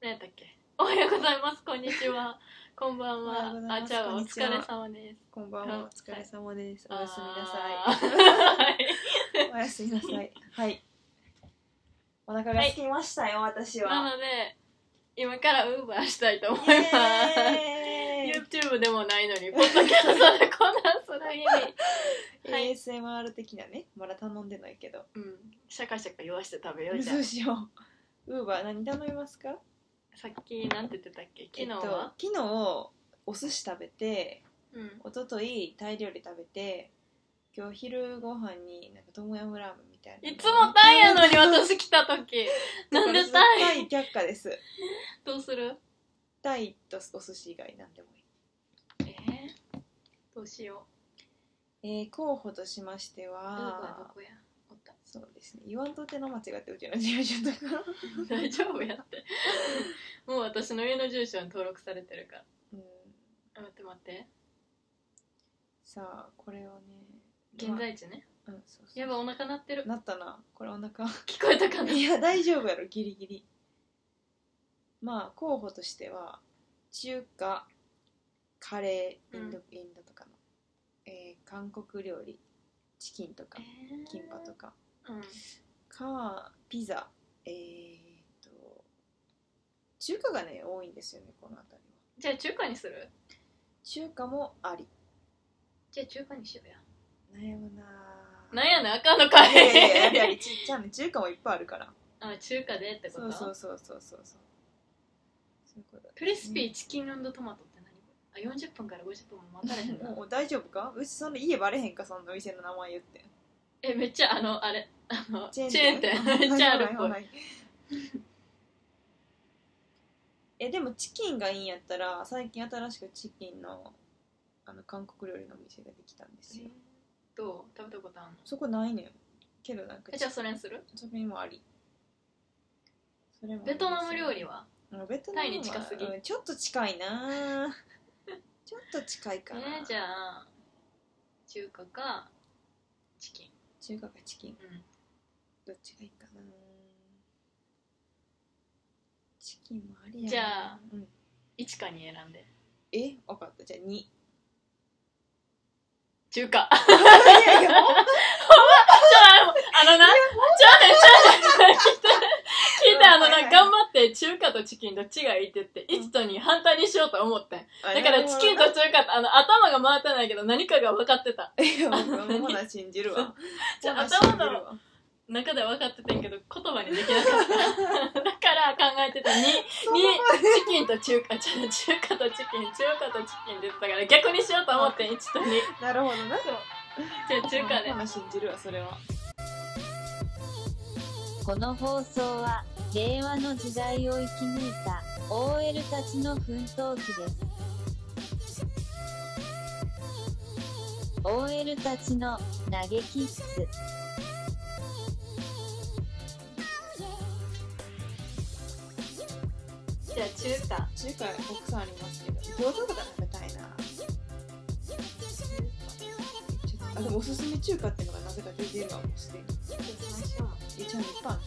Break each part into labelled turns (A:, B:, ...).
A: 何やったっけ おはようございますこんにち はこんばん
B: おはようご
A: は
B: ざい
A: あ
B: ます
A: ちゃうお
B: こんに
A: 疲れ様で
B: ちは
A: す
B: こんばんは、お疲れ様です。おやすみなさ
A: あ
B: い。おやすみなさい。はい。お腹が空きましたよ、私
A: ーな
B: は。
A: ので今からウーバーしたいと思い
B: イ
A: ます
B: エー
A: YouTube でもないのにポッドキャストでこんなんする意味、
B: イ
A: はい
B: ASMR 的なね、まだ頼んでないけど。
A: うん、シャカシャカ言わして食べようじゃ
B: ど
A: ん
B: うしよう。ウーバー何頼みますか
A: さっきなんて言ってたっけ昨日は、
B: えっと昨日、お寿司食べて、
A: うん
B: 一昨日タイ料理食べて、今日昼ご飯になんかトムヤムラーメンみたいな。
A: いつもタイ やのに私来た時なんでタイ
B: イタイ却下です。
A: どうする
B: タイとお寿司以外なんでもいい。
A: えー、どうしよ
B: えー、候補としまして
A: うウーバーど
B: は
A: こやおった
B: そうですね言わんとての間違ってうちの事務所とか
A: 大丈夫やってもう私の家の住所に登録されてるから
B: うん
A: あ待って待って
B: さあこれをね
A: 現、在地ね
B: まあうん、そうそう
A: やばいお腹鳴ってる
B: なったなこれお腹
A: 聞こえたかない
B: や大丈夫やろギリギリまあ候補としては中華カレーインド,、インドとかの、えー韓国料理チキンとかキンパとか
A: うん
B: かピザえー、っと中華がね多いんですよねこの辺りは
A: じゃあ中華にする
B: 中華もあり
A: じゃあ中華にしようや
B: 悩むなぁ
A: なんやねんあかんのか
B: いやいやいや
A: い
B: やっぱりちっちゃね中華もいっぱいあるから
A: あ中華でってこ
B: そう
A: と
B: そうそうそうそうそうそういうこと
A: クリスピーチキントマトって何あ40分から50分も待たれへんの
B: もう大丈夫かうちそんな家バレへんかそんなお店の名前言って
A: えめっちゃあのあれあのチェーン店めっちゃあるっぽい
B: はいはいはいえでもチキンがいいんやったら最近新しくチキンのあの韓国料理のお店ができたんですよ、
A: どう食べたことあんの
B: そこないねんけどなんか
A: えじゃあそれにする
B: それもありそれもあり
A: ベトナム料理は
B: うんベトナムは
A: タイに近すぎ
B: うんちょっと近いなぁ ちょっと近いかな、
A: えーじゃあ中華かチキン
B: 中華かチキン
A: うん
B: どっちがいいかなチキンもありやな
A: じゃあ、
B: うん、
A: 一かに選んで
B: え分かったじゃあ2 い
A: 中 華
B: やいやほんま
A: あのなちゃうねんちゃうねん聞いて聞いてあの
B: うんはい
A: な
B: はい
A: 頑張って中華とチキンどっちがいいって言って1と2反対にしようと思ってんだからチキンと中華ってあの頭が回ってないけど何かが分かってた
B: いや僕もな信じるわ
A: じゃあ
B: ほな信じるわ
A: 頭中では分かっててんけど言葉にできなかった だから考えてたに
B: そんな
A: にチキンと中華ちゃう中華とチキン中華とチキンって言ってたから逆にしようと思ってん1と2
B: なるほどな
A: じゃあ中華で
B: ほな信じるわそれは
C: この放送は令和の時代を生き抜いた OL たちの奮闘記です OL たちの嘆き室
A: じゃあ中華
B: 中華たくさんありますけど餃子とか食べたいなあでもおすすめ中華っていうのがなぜか出てるわもうすでにえちゃんいっぱいある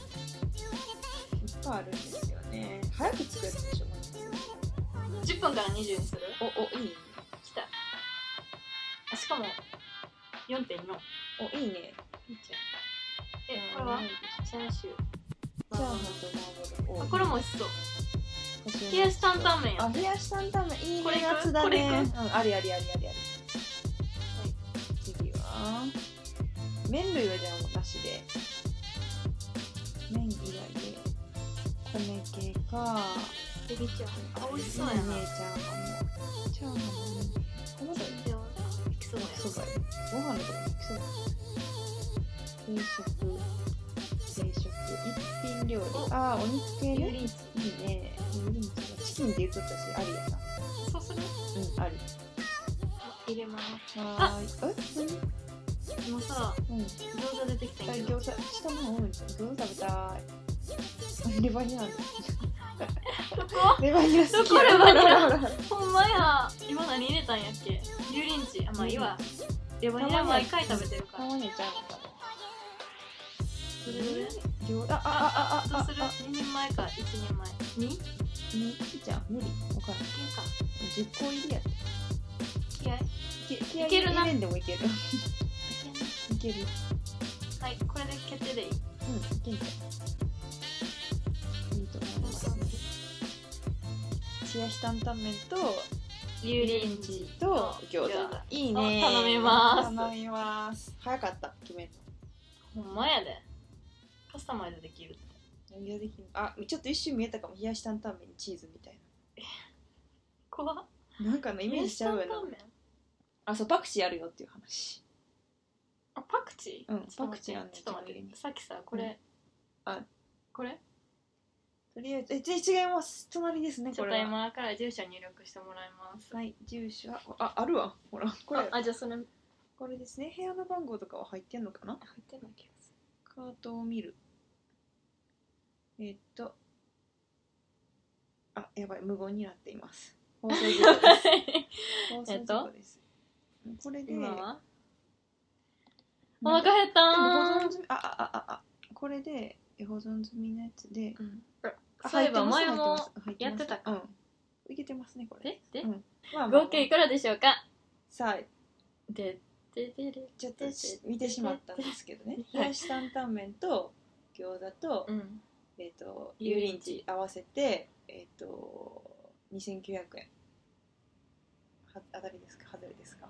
B: いっぱいあるんですよね早く作るでしょまず
A: 10分から20にする
B: おおいいね
A: 来たあしかも4.4いいじ
B: おいいね
A: ゃんえこれはチャーシュー
B: チャーハン
A: あ
B: とマー
A: こ
B: ボ
A: れ
B: ー
A: も美味しそう
B: 豆
A: 冷やし担々麺や
B: あ冷やし担々麺いい
A: これ
B: ね
A: いく
B: やつだ
A: これい
B: ね
A: く
B: うんありありありありあり次は麺類はじゃあもうなしで麺以外で米系か
A: エビチャーハンあ美味しそうや
B: いい
A: な
B: ねチャーハンもチャーハンもいいねこの辺り
A: いきそうや
B: 素材ご飯のことも基礎定食定食一品料理
A: お
B: ああお肉系
A: 油
B: ね
A: 淋鶏
B: いいね油淋鶏チキンって言っとったしありやな
A: そうする
B: うんあり
A: 入れます
B: はーいえ
A: 今さ
B: 何うん
A: 餃子出てきたんやけ
B: 餃
A: ど
B: 子下の方うん餃子食べたいレバニラ好
A: ど こ
B: きレバニラ好き
A: どこレバニラ
B: ほらほらほら
A: ほんまや今何入れたんやっけ油淋鶏あまあいいわレバニラ毎回食べてるか
B: た
A: ら
B: まにはちゃうのか
A: それどれ
B: な餃あああああ
A: どう
B: あ
A: する
B: あ
A: 二人前か一人前二
B: 2じゃ無理分からん10個入りや
A: 気合い
B: い
A: いけるな
B: 入れんでもいけるいける
A: はいこれで決定でいい
B: うんいけんじゃんいいと思いますね冷やし担々麺と
A: 油淋鶏
B: と餃子
A: 餃子
B: いいね
A: あ頼みます
B: 頼みます早かった決める
A: ほんまやでカスタマイズできるって
B: の何ができんのあちょっと一瞬見えたかも冷やし担々麺にチーズみたい
A: 怖っ
B: ななんかのイメージしちゃうよ
A: 冷やし担
B: な
A: 々麺
B: あそうパクチーあるよっていう話
A: あパクチー、
B: うん
A: ちょっと待って
B: パクチーあんねん
A: ちょっと待っ
B: 自分で
A: てさっきさこれ、
B: うんあ
A: これ
B: とりあえずえじゃあ違います隣ですね
A: ち
B: こ
A: ょっ
B: れ
A: と
B: は
A: 今から住所入力してもらいます
B: はい住所はああるわほらこれ
A: ああじゃあそれ入
B: これですね部屋の番号とかは入ってんのかな
A: ってない気がす
B: カートを見るえっとあやばい無言になっています放送事故です放送事故です、これで
A: 今はお
B: なんか
A: 腹減った
B: でも保
A: ー
B: 存済みあああああこれで保存済みのやつで
A: うん
B: あ
A: そういえば
B: 入
A: 前
B: って
A: も
B: ます入ます
A: やってたか
B: うんいけてますねこれ
A: でで
B: うんまあまあまあ
A: 合計いくらでしょうか
B: さあ
A: でででで
B: ちょっとし見てしまったんですけどね冷やし担々麺と餃子と、
A: うん
B: えっ、と
A: 油淋
B: 油淋鶏
A: 鶏
B: 合わせてえっ、と2900円は当たりですか外れですか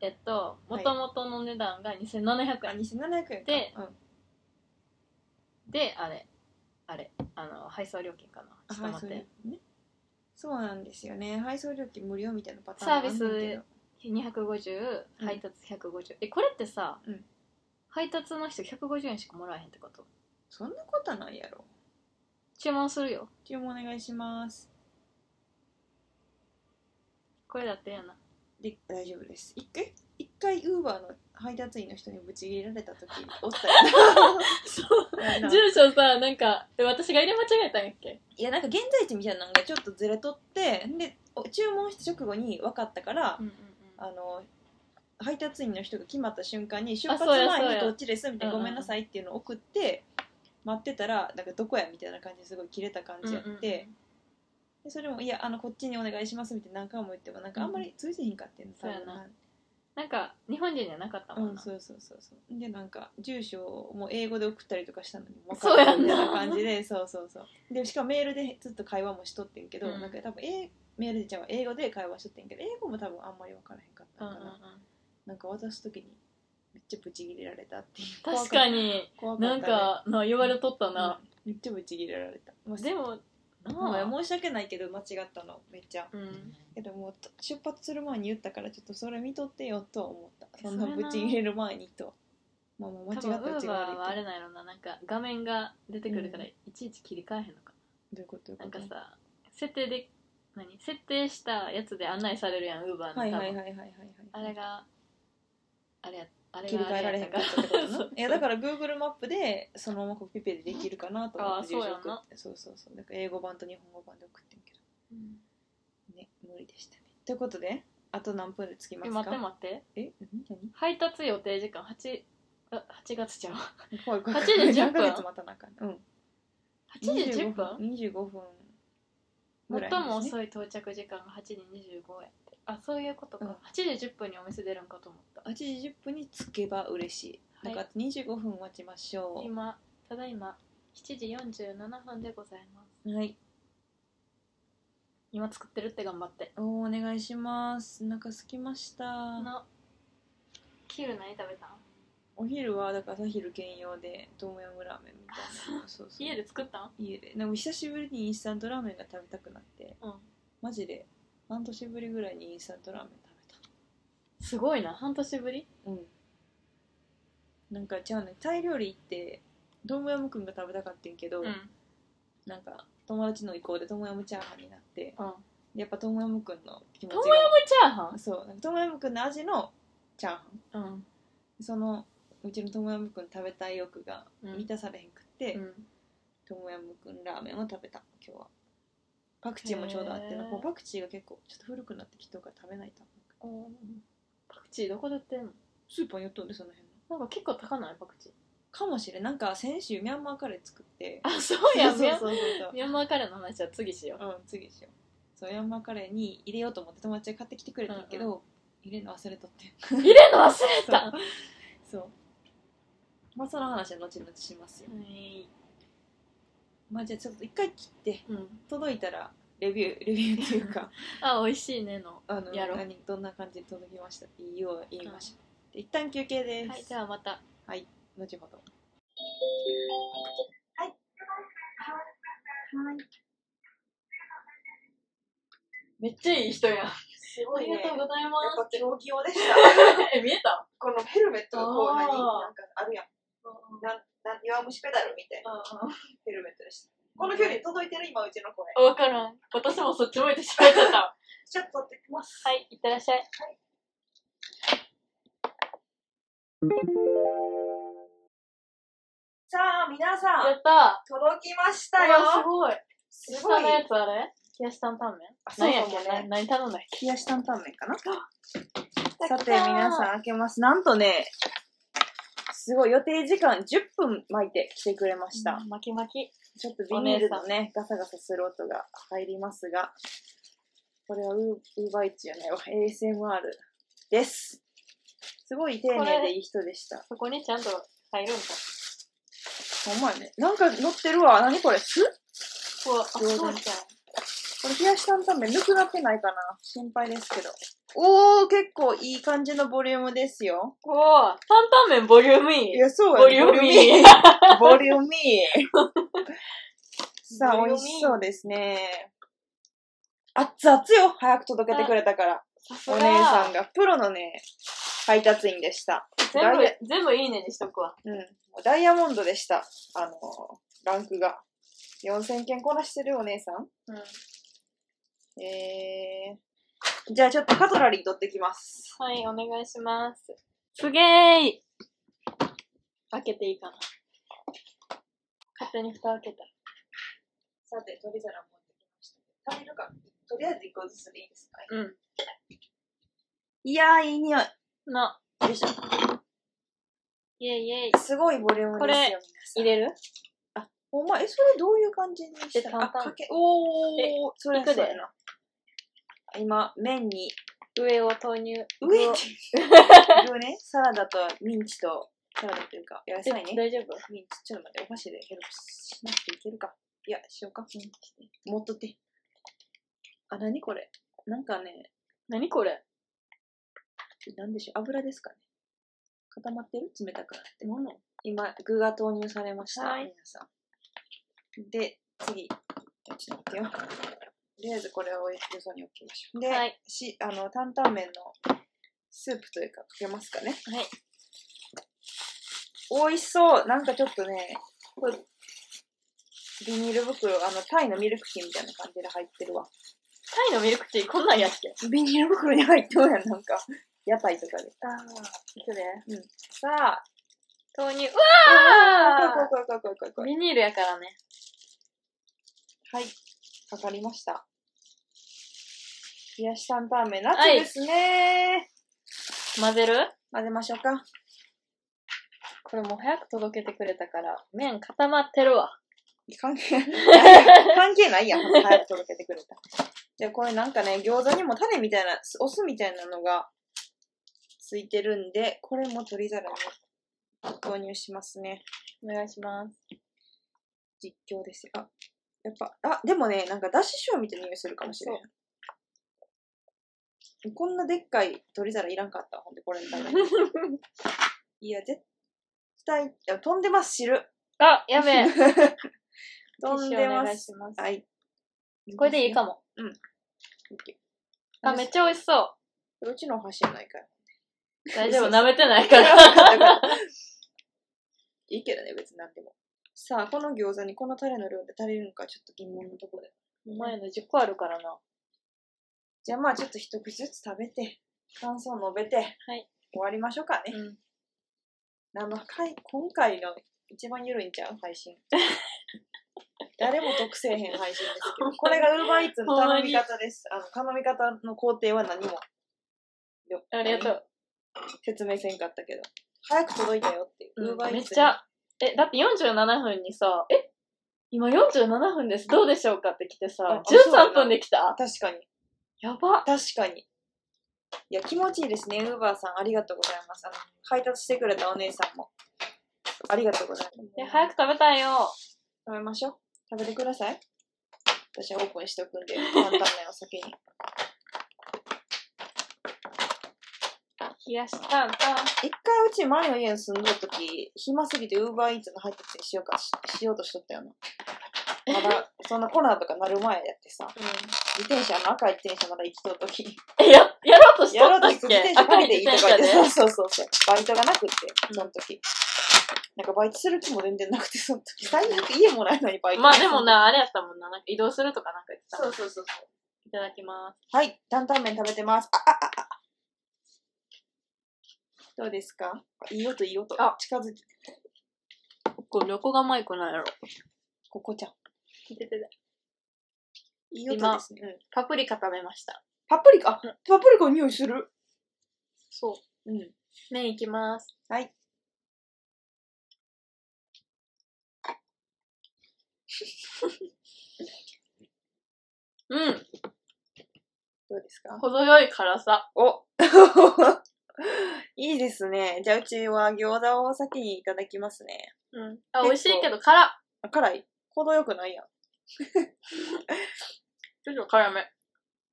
A: えっとも
B: はい
A: ともとの値段が2700
B: あ
A: 円
B: 2700円か
A: で
B: うん、
A: であれあれあの配送料金かな
B: あ
A: ちょっと待っ
B: 配
A: て
B: 送料ねそうなんですよね配送料金無料みたいなパターン
A: サー
B: も
A: ビ
B: あんねんけど
A: ス250
B: うん
A: 配達150、えこれってさ、
B: うん
A: 配達の人150円しかもらえへんってこと
B: そんなことないやろ
A: 注文するよ
B: 注文お願いします
A: これだって やな
B: で大丈夫です一回一回ウーバーの配達員の人にぶち切れられた時おっ たよな
A: 住所さなんかえ私が入れ間違えたんやっけ
B: いやなんか現在地みたいなのがちょっとずれとってでお注文した直後に分かったから、
A: うんうん
B: あの配達員の人が決まった瞬間に出
A: あ
B: 発
A: そうやそう
B: 前に
A: や
B: どっちですみたいな「
A: うんう
B: ご
A: ん
B: めんなさい」っていうのを送って待ってたらなんかどこやみたいな感じですごい切れた感
A: うん
B: じやって、でそれも「いやあのこっちにお願いします」みたいな何回も言ってもなんかあんまり通じへんかってんの
A: そうやななんか日本人じゃなかったも
B: うんん、
A: な、
B: そうそうそうそうでなんか住所をもう英語で送ったりとかしたのにも
A: そうやんな
B: みたいな感じでそうそうそうでしかもメールでずっと会話もしとってんけど、
A: うん
B: なんか多分えメールでじゃあ英語で会話しとってんけど英語も多分あんまり分からへんかった
A: うん
B: の
A: うんう
B: かな、
A: ん、
B: なんか渡す時にめっちゃブチギレられたっていう
A: 確かに
B: 怖かっ
A: な
B: た
A: ん
B: ね
A: かな言われとったな、
B: うんめっちゃブチギレられたもう
A: でも
B: も
A: なあ、
B: う申し訳ないけど間違ったのめっちゃ
A: うん、
B: けどもうと出発する前に言ったからちょっとそれ見とってよとは思ったそんな
A: それな
B: ブチギレる前にとまあまあ
A: 多
B: 間違
A: 分ウ
B: った違う
A: ーバーはあ
B: ど
A: れなんやろななんか画面が出てくるから
B: う
A: いちいち切り替えへんのか
B: ういうことどうい
A: な、
B: うこと
A: なんかさ設定で何設定したやつで案内されるやんウーバーの多分、
B: はいはいはいはいはいはい
A: あれがあれやあれ
B: 切り替えられへんかったってことないやだ
A: ら
B: から Google マップでそのままコピペでできるかなと思って
A: あー
B: 住所
A: そうやな
B: 送ってそうそうそうだから英語版と日本語版で送ってんけどね無理でしたねということであと何分で着きま
A: え
B: す
A: 待って
B: か
A: 待って
B: え何
A: 配達予定時間 8, あ8月ちゃうわ
B: 何怖い怖い
A: 8時10分
B: 何ヶ月待たなあかんうん
A: 8時10分
B: 25分ぐらいですね
A: 最も遅い到着時間が8時25やってあそういうことか、
B: うん
A: 8時10分にお店出るんかと思った
B: 8時10分に着けば嬉しい。
A: は
B: だ
A: い
B: から25分待ちましょ
A: 今ただいま7時47分でございます
B: う。はい。
A: 今作ってるって頑張って
B: おお願いします。お腹空きました。
A: あのキール何食べたん
B: お昼はだから朝昼兼用でトムヤムラーメンみたい な。そうそう
A: 家で作ったん
B: 家で。なんか久しぶりにインスタントラーメンが食べたくなって、
A: うん
B: マジで半年ぶりぐらいにインスタントラーメン食
A: すごいな半年ぶり
B: べた。うん。なんか違うね、タイ料理行って、トムヤムくんが食べたかってんけど、
A: うん
B: なんか友達の意向でトムヤムチャーハンになって、
A: うん
B: やっぱトムヤムくんの気持ち
A: ト
B: が
A: ム。ヤムチャーハ
B: そうなんかトムヤムくんの味のチャーハン
A: ンうん
B: そのうちのトムヤムくん食べたい欲が満たされへんくって、
A: うん
B: トムヤムくんラーメンを食べた今日はパクチーもちょうどあってな
A: へー
B: もうパクチーが結構ちょっと古くなってきてるから食べないと
A: パクチーどこで売ってんの
B: スーパーに寄っとんでその辺の
A: なんか結構高ないパクチー
B: かもしれんなんか先週ミャンマーカレー作って
A: あそうや
B: そ
A: ミ
B: うそう
A: ャ
B: そうそう
A: ンミャンマーカレーの話は次しよう
B: うん、次でしよう。そう、ヤンマーカレーに入れようと思って友達が買ってきてくれたんやけど、
A: うん
B: 入れるの忘れとって。
A: 入れるの忘れた
B: そう。そう。まあ、その話は後々しますよ。まあ、じゃあちょっと一回切って、
A: うん
B: 届いたら、レビュー、レ ビューってい うか、
A: あ美味しいねの
B: あの、
A: やろう
B: 何、どんな感じで届きましたって言おう、言いましょう。で一旦休憩です。
A: はいではまた
B: 後ほど。
A: めっちゃいい人やん。あ
D: すごい
A: り
D: ね。
A: がとうございま
D: やっぱ
A: す。
D: 競技用でした。
A: え、見えた
D: このヘルメットがこう、
A: あー
D: 何なんかあるやん。なん、なん、弱虫ペダルみたいなヘルメットでした。この距離届いてる今うちの声。
A: あわからん。私もそっち向いてしまってた。は
D: ちょっと取ってきます。
A: い、いってらっしゃい。
D: さあ、皆さ
A: や
D: ん、
A: った
D: 届きました
A: ー。うわ、す
D: よ。
A: ごい。
D: すご
A: 下
D: い
A: の。やつあれ冷やし担々麺
D: あそう
A: 何や
D: か
A: っ
D: も
A: け
D: ね
A: な何頼んだっ
D: 冷やし担々麺かな。
A: け
B: さて、皆さん開けます。なんとね、すごい予定時間10分巻いて来てくれました。
A: ん。巻き巻き。
B: ちょっとビニールのね、ガサガサする音が入りますが、これはウーウーバーイーツじゃないわ、ASMR です。すごい丁寧でいい人でした。
A: そこにちゃんと入るんか。
B: ほんまやね。なんか乗ってるわ。なにこれ酢
A: うわ、あ、そうじ
B: 餃
A: ゃ
B: 子
A: ん。
B: これ冷やし担々麺、ぬくなってないかな心配ですけど。おー、結構いい感じのボリュームですよ。
A: おー、担々麺ボリュームいい。
B: いや、そう
A: ボ
B: や
A: リ
B: ね
A: ューミ ー。
B: ボリューミー。さあ、
A: ボリューミー
B: 美味しそうですね。熱々よ早く届けてくれたから。
A: さす
B: お
A: が
B: 姉さんがプロのね、配達員でした。
A: 全
B: ダイヤ
A: 部、全部いいねにしとくわ。
B: うん。もうダイヤモンドでした。あのーランクが。4000件こなしてるお姉さん。
A: うん。
B: えー。じゃあちょっとカトラリー取ってきます。
A: はい、お願いします。すげーい開けていいかな。勝手に蓋開けた。
D: さて、取り皿持ってきました。足りるかとりあえず一個ずつでいいですか
A: うん。
B: いやー、いい匂い。
A: の、
B: よいしょ
A: イェイイェイ。
B: すごいボリュームですよ。
A: これ
B: 皆さん
A: 入れる
B: お前、え、それどういう感じにし
A: え
B: た
A: 簡
B: あ、
A: 単
B: かけ、おー、それ
A: いくで
B: そうやな。今、麺に、
A: 上を投入。
B: 上っていうね、サラダとミンチと、サラダというか、野
A: え
B: 菜ね。
A: 大丈夫
B: ミンチ、ちょっと待って、お箸でヘルプしなくていけるか。いや、しようか。持っとって。あ、なにこれなんかね、
A: 何これ
B: なんでしょう、油ですかね。固まってる冷たくなって。今、具が投入されました。
A: はい
B: 皆さん。で、次。ちょっと待ってよ。とりあえずこれをよそに置きましょう。で、
A: はい
B: しあの担々麺のスープというか、かけますかね。
A: はい。
B: 美味しそうなんかちょっとね、これビニール袋、あの、タイのミルクティーみたいな感じで入ってるわ。
A: タイのミルクティーこんなんやっけ
B: ビニール袋に入ってるやん、なんか。 屋台とかで。
A: ああ。いくで
B: さあ、
A: 投入。う
B: 怖い
A: わ
B: 怖い怖い怖い怖い
A: ー
B: 怖い。
A: ビニールやからね。
B: はい、かかりました。冷やし担々麺、夏ですね、
A: 混ぜる
B: 混ぜましょうか。
A: これもう早く届けてくれたから、麺固まってるわ。
B: 関係 ない。関係ないやん。早く届けてくれた。じゃあこれなんかね、餃子にも種みたいな、お酢みたいなのがついてるんで、これも取り皿に投入しますね。
A: お願いします。
B: 実況ですよ。あ、やっぱ、あ、でもね、なんかだし醤油みたいな匂いするかもしれん。こんなでっかい取り皿いらんかった。ほんで、これみたいな。 いや、絶対、いや飛んでます、汁。
A: あ、や べえ。
B: 飛んで
A: お願
B: ま
A: い
B: す
A: し。ます。
B: はい。
A: これでいいか
B: も。
A: も。あ、
B: あ、め
A: めっちゃ美味しそう。
B: うちのお箸じゃないから。
A: 大丈夫、舐めてない
B: か
A: からら。
B: いいけどね、別になんでも。さあ、この餃子にこのタレの量で足りるのかちょっと疑問のところで。
A: お前の10個あるからな。
B: じゃあまあちょっと一口ずつ食べて、感想述べて、
A: はい
B: 終わりましょうかね。
A: うん。
B: 生回今回の一番緩いんちゃう 配信。誰も得せえへん配信ですけど、これが UberEats の頼み方 です。あの頼み方の工程は何もよ
A: ありがとう。
B: 説明せんかったけど、早く届いたよっていう。
A: うん
B: Uber Eats に
A: めっちゃえ、だって47分にさ、え今47分です。どうでしょうかって来てさ
B: あ、そうだな
A: 13分で来た
B: 確かに。
A: やば。
B: 確かに。いや、気持ちいいですね。ウーバーさん、ありがとうございます。あの、配達してくれたお姉さんも。ありがとうございます。
A: え、早く食べたいよ。
B: 食べましょう。食べてください。私はオープンしておくんで、簡単なお酒に。
A: 冷やしたんたん。
B: 一回うちマリの家に住んどるとき、暇すぎてウーバーイーツの配達にしようかし、しようとしとったよな。ま だ、そんなコロナとかなる前やってさ、自転車、あの赤い自転車まだ生きとるときに、
A: え、や、やろうとし
B: や
A: と
B: ろう
A: った
B: と
A: っ
B: して自
A: け
B: 転車借りていいとか言って、そう
A: ね。
B: そうそうそう、バイトがなくって、その時。なんかバイトする気も全然なくて、その時。最悪家もらえないバイト。
A: まあでも。な、あれやったもんな。なんか移動するとかなんか言ってたもん。
D: うそうそうそう。
A: いただきます。
B: はい、担々麺食べてます。あ、あ、あ、あ。どうですかいい音、いい音。
A: あ
B: 近づき、
A: これ、旅行がマイクなんやろ。
B: ここちゃん。いい
A: 今
B: 音ですね。うん
A: パプリカ食べました。
B: パプリカ、あパプリカの匂いする。
A: そう。
B: うん。
A: 麺いきます。
B: はい。
A: うん。
B: どうですか
A: 程よい辛さ。
B: お いいですね。じゃあうちは餃子を先にいただきますね。
A: うん。あ、
B: 結構
A: 美味しいけど辛っ。
B: あ辛い程よくないやん。
A: ちょっと辛め。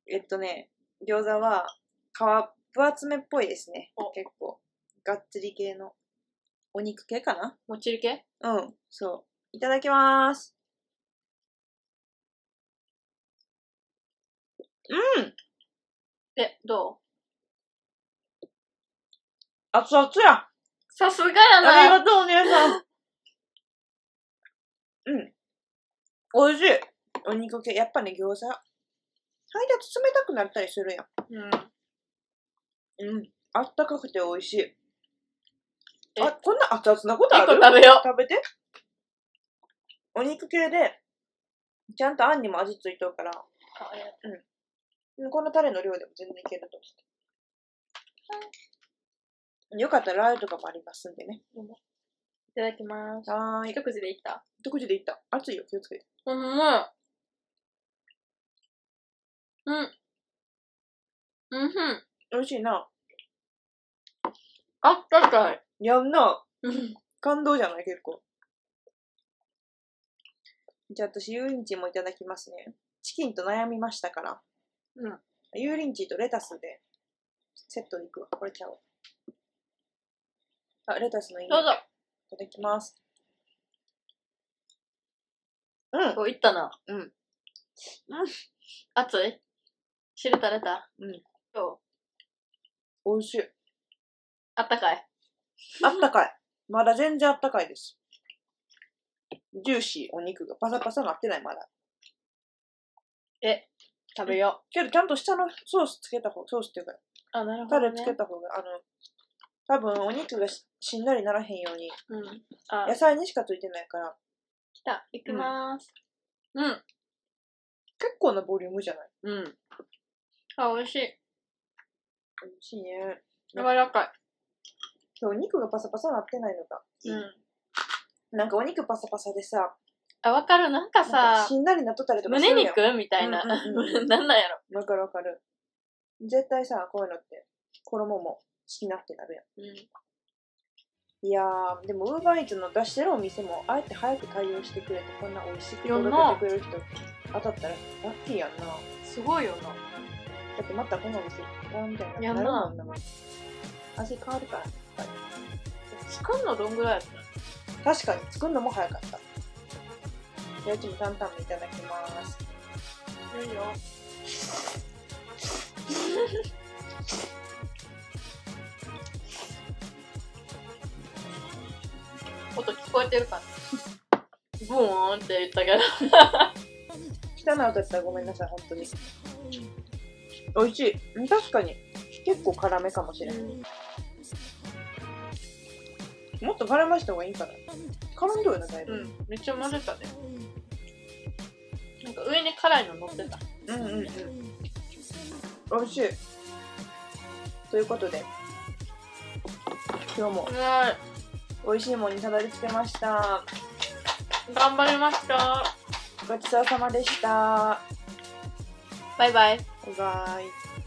B: えっとね、餃子は皮分厚めっぽいですね
A: お。
B: 結構。がっつり系の。お肉系かな
A: もちる系
B: うん、そう。いただきまーす。うん
A: え、どう
B: 熱々や
A: さすがや
B: あり
A: な。
B: がとう、お姉さん。 うん。美味しい。お肉系。やっぱね、餃子。配達冷たくなったりするや
A: うん。
B: ん。うん。あったかくて美味しい。
A: え
B: あ、こんな熱々なことあ
A: 一個
B: る
A: 食べよ
B: 食べて。お肉系で、ちゃんとあんにも味ついとるから、
A: う。
B: うんこのタレの量でも全然いけると思う。よかったらラー油とかもありますんでね。
A: いただきます。
B: はーい。
A: 一口でいった
B: 一口でいった。熱いよ、気をつけて。
A: うん、まい。うん。うんふん。
B: 美味しいな。
A: あったかい。
B: やんな。
A: うん。
B: 感動じゃない結構。じゃあ私、ユーリンチもいただきますね。チキンと悩みましたから。
A: うん。
B: ユーリンチとレタスで、セットでいくわ。これちゃうわ。あ、レタスのいい。
A: どうぞ。
B: いただきます。うん。
A: こういったな。
B: うん
A: うん。熱い汁垂れた
B: うん。
A: どう
B: 美味しい。
A: あったかい。
B: あったかい。まだ全然あったかいです。ジューシー、お肉がパサパサなってない、まだ。
A: 食べよ
B: けど、ちゃんと下のソースつけた方、ソースっていうか、
A: う。あ、なる
B: タ
A: ほど、
B: レ
A: ね。
B: つけた方が、あの、多分お肉がししんなりならへんように、
A: うん。あ、
B: 野菜にしかついてないから、
A: 来た。いきまーす。うん。
B: 結構なボリュームじゃない
A: うん。あ、美味しい。
B: 美味しいね。
A: 柔らか
B: 今日お肉がパサパサなってないのが。
A: い。うん。
B: なんかお肉パサパサでさ、
A: あ、わかる。なんか
B: なん
A: さ
B: か、しんなりなっとったりとか
A: 胸
B: るやん。
A: 肉みたいな。
B: うんうんうん
A: なんなんやろ。
B: わかるわかる。絶対さ、こういうのって、衣も好きなってなるやん。
A: うん。
B: いやー、でも、ウーバーイーツの出してるお店も、あえて早く対応してくれて、こんな美味しく
A: やん
B: 届
A: な
B: けてくれる人、当たったらラッキーやんな。だ
A: すごいよな。
B: って、またこのお店、こうみたい
A: や
B: なんな
A: な
B: るもんな。味変わるから。
A: 作んのどんぐらいやった
B: 確かに、作るのも早かった。じゃあ、うちも担々麺いただきます。
A: いいよ。 音聞こえてるかなブーンって言ったけど。
B: 汚い音だったらごめんなさい、本当に。美味しい。うん確かに、結構辛めかもしれない。もっと絡ました方がいいかな。絡んどるな、だいぶ。
A: うん、めっちゃ混ぜたね。なんか上に辛いの乗ってた。
B: うんうんうん。美味しい。ということで、今日も
A: うわ
B: 美味しいものにたどり着けました。
A: 頑張りました。
B: ごちそうさまでした。
A: バイバイ。
B: バイバイ。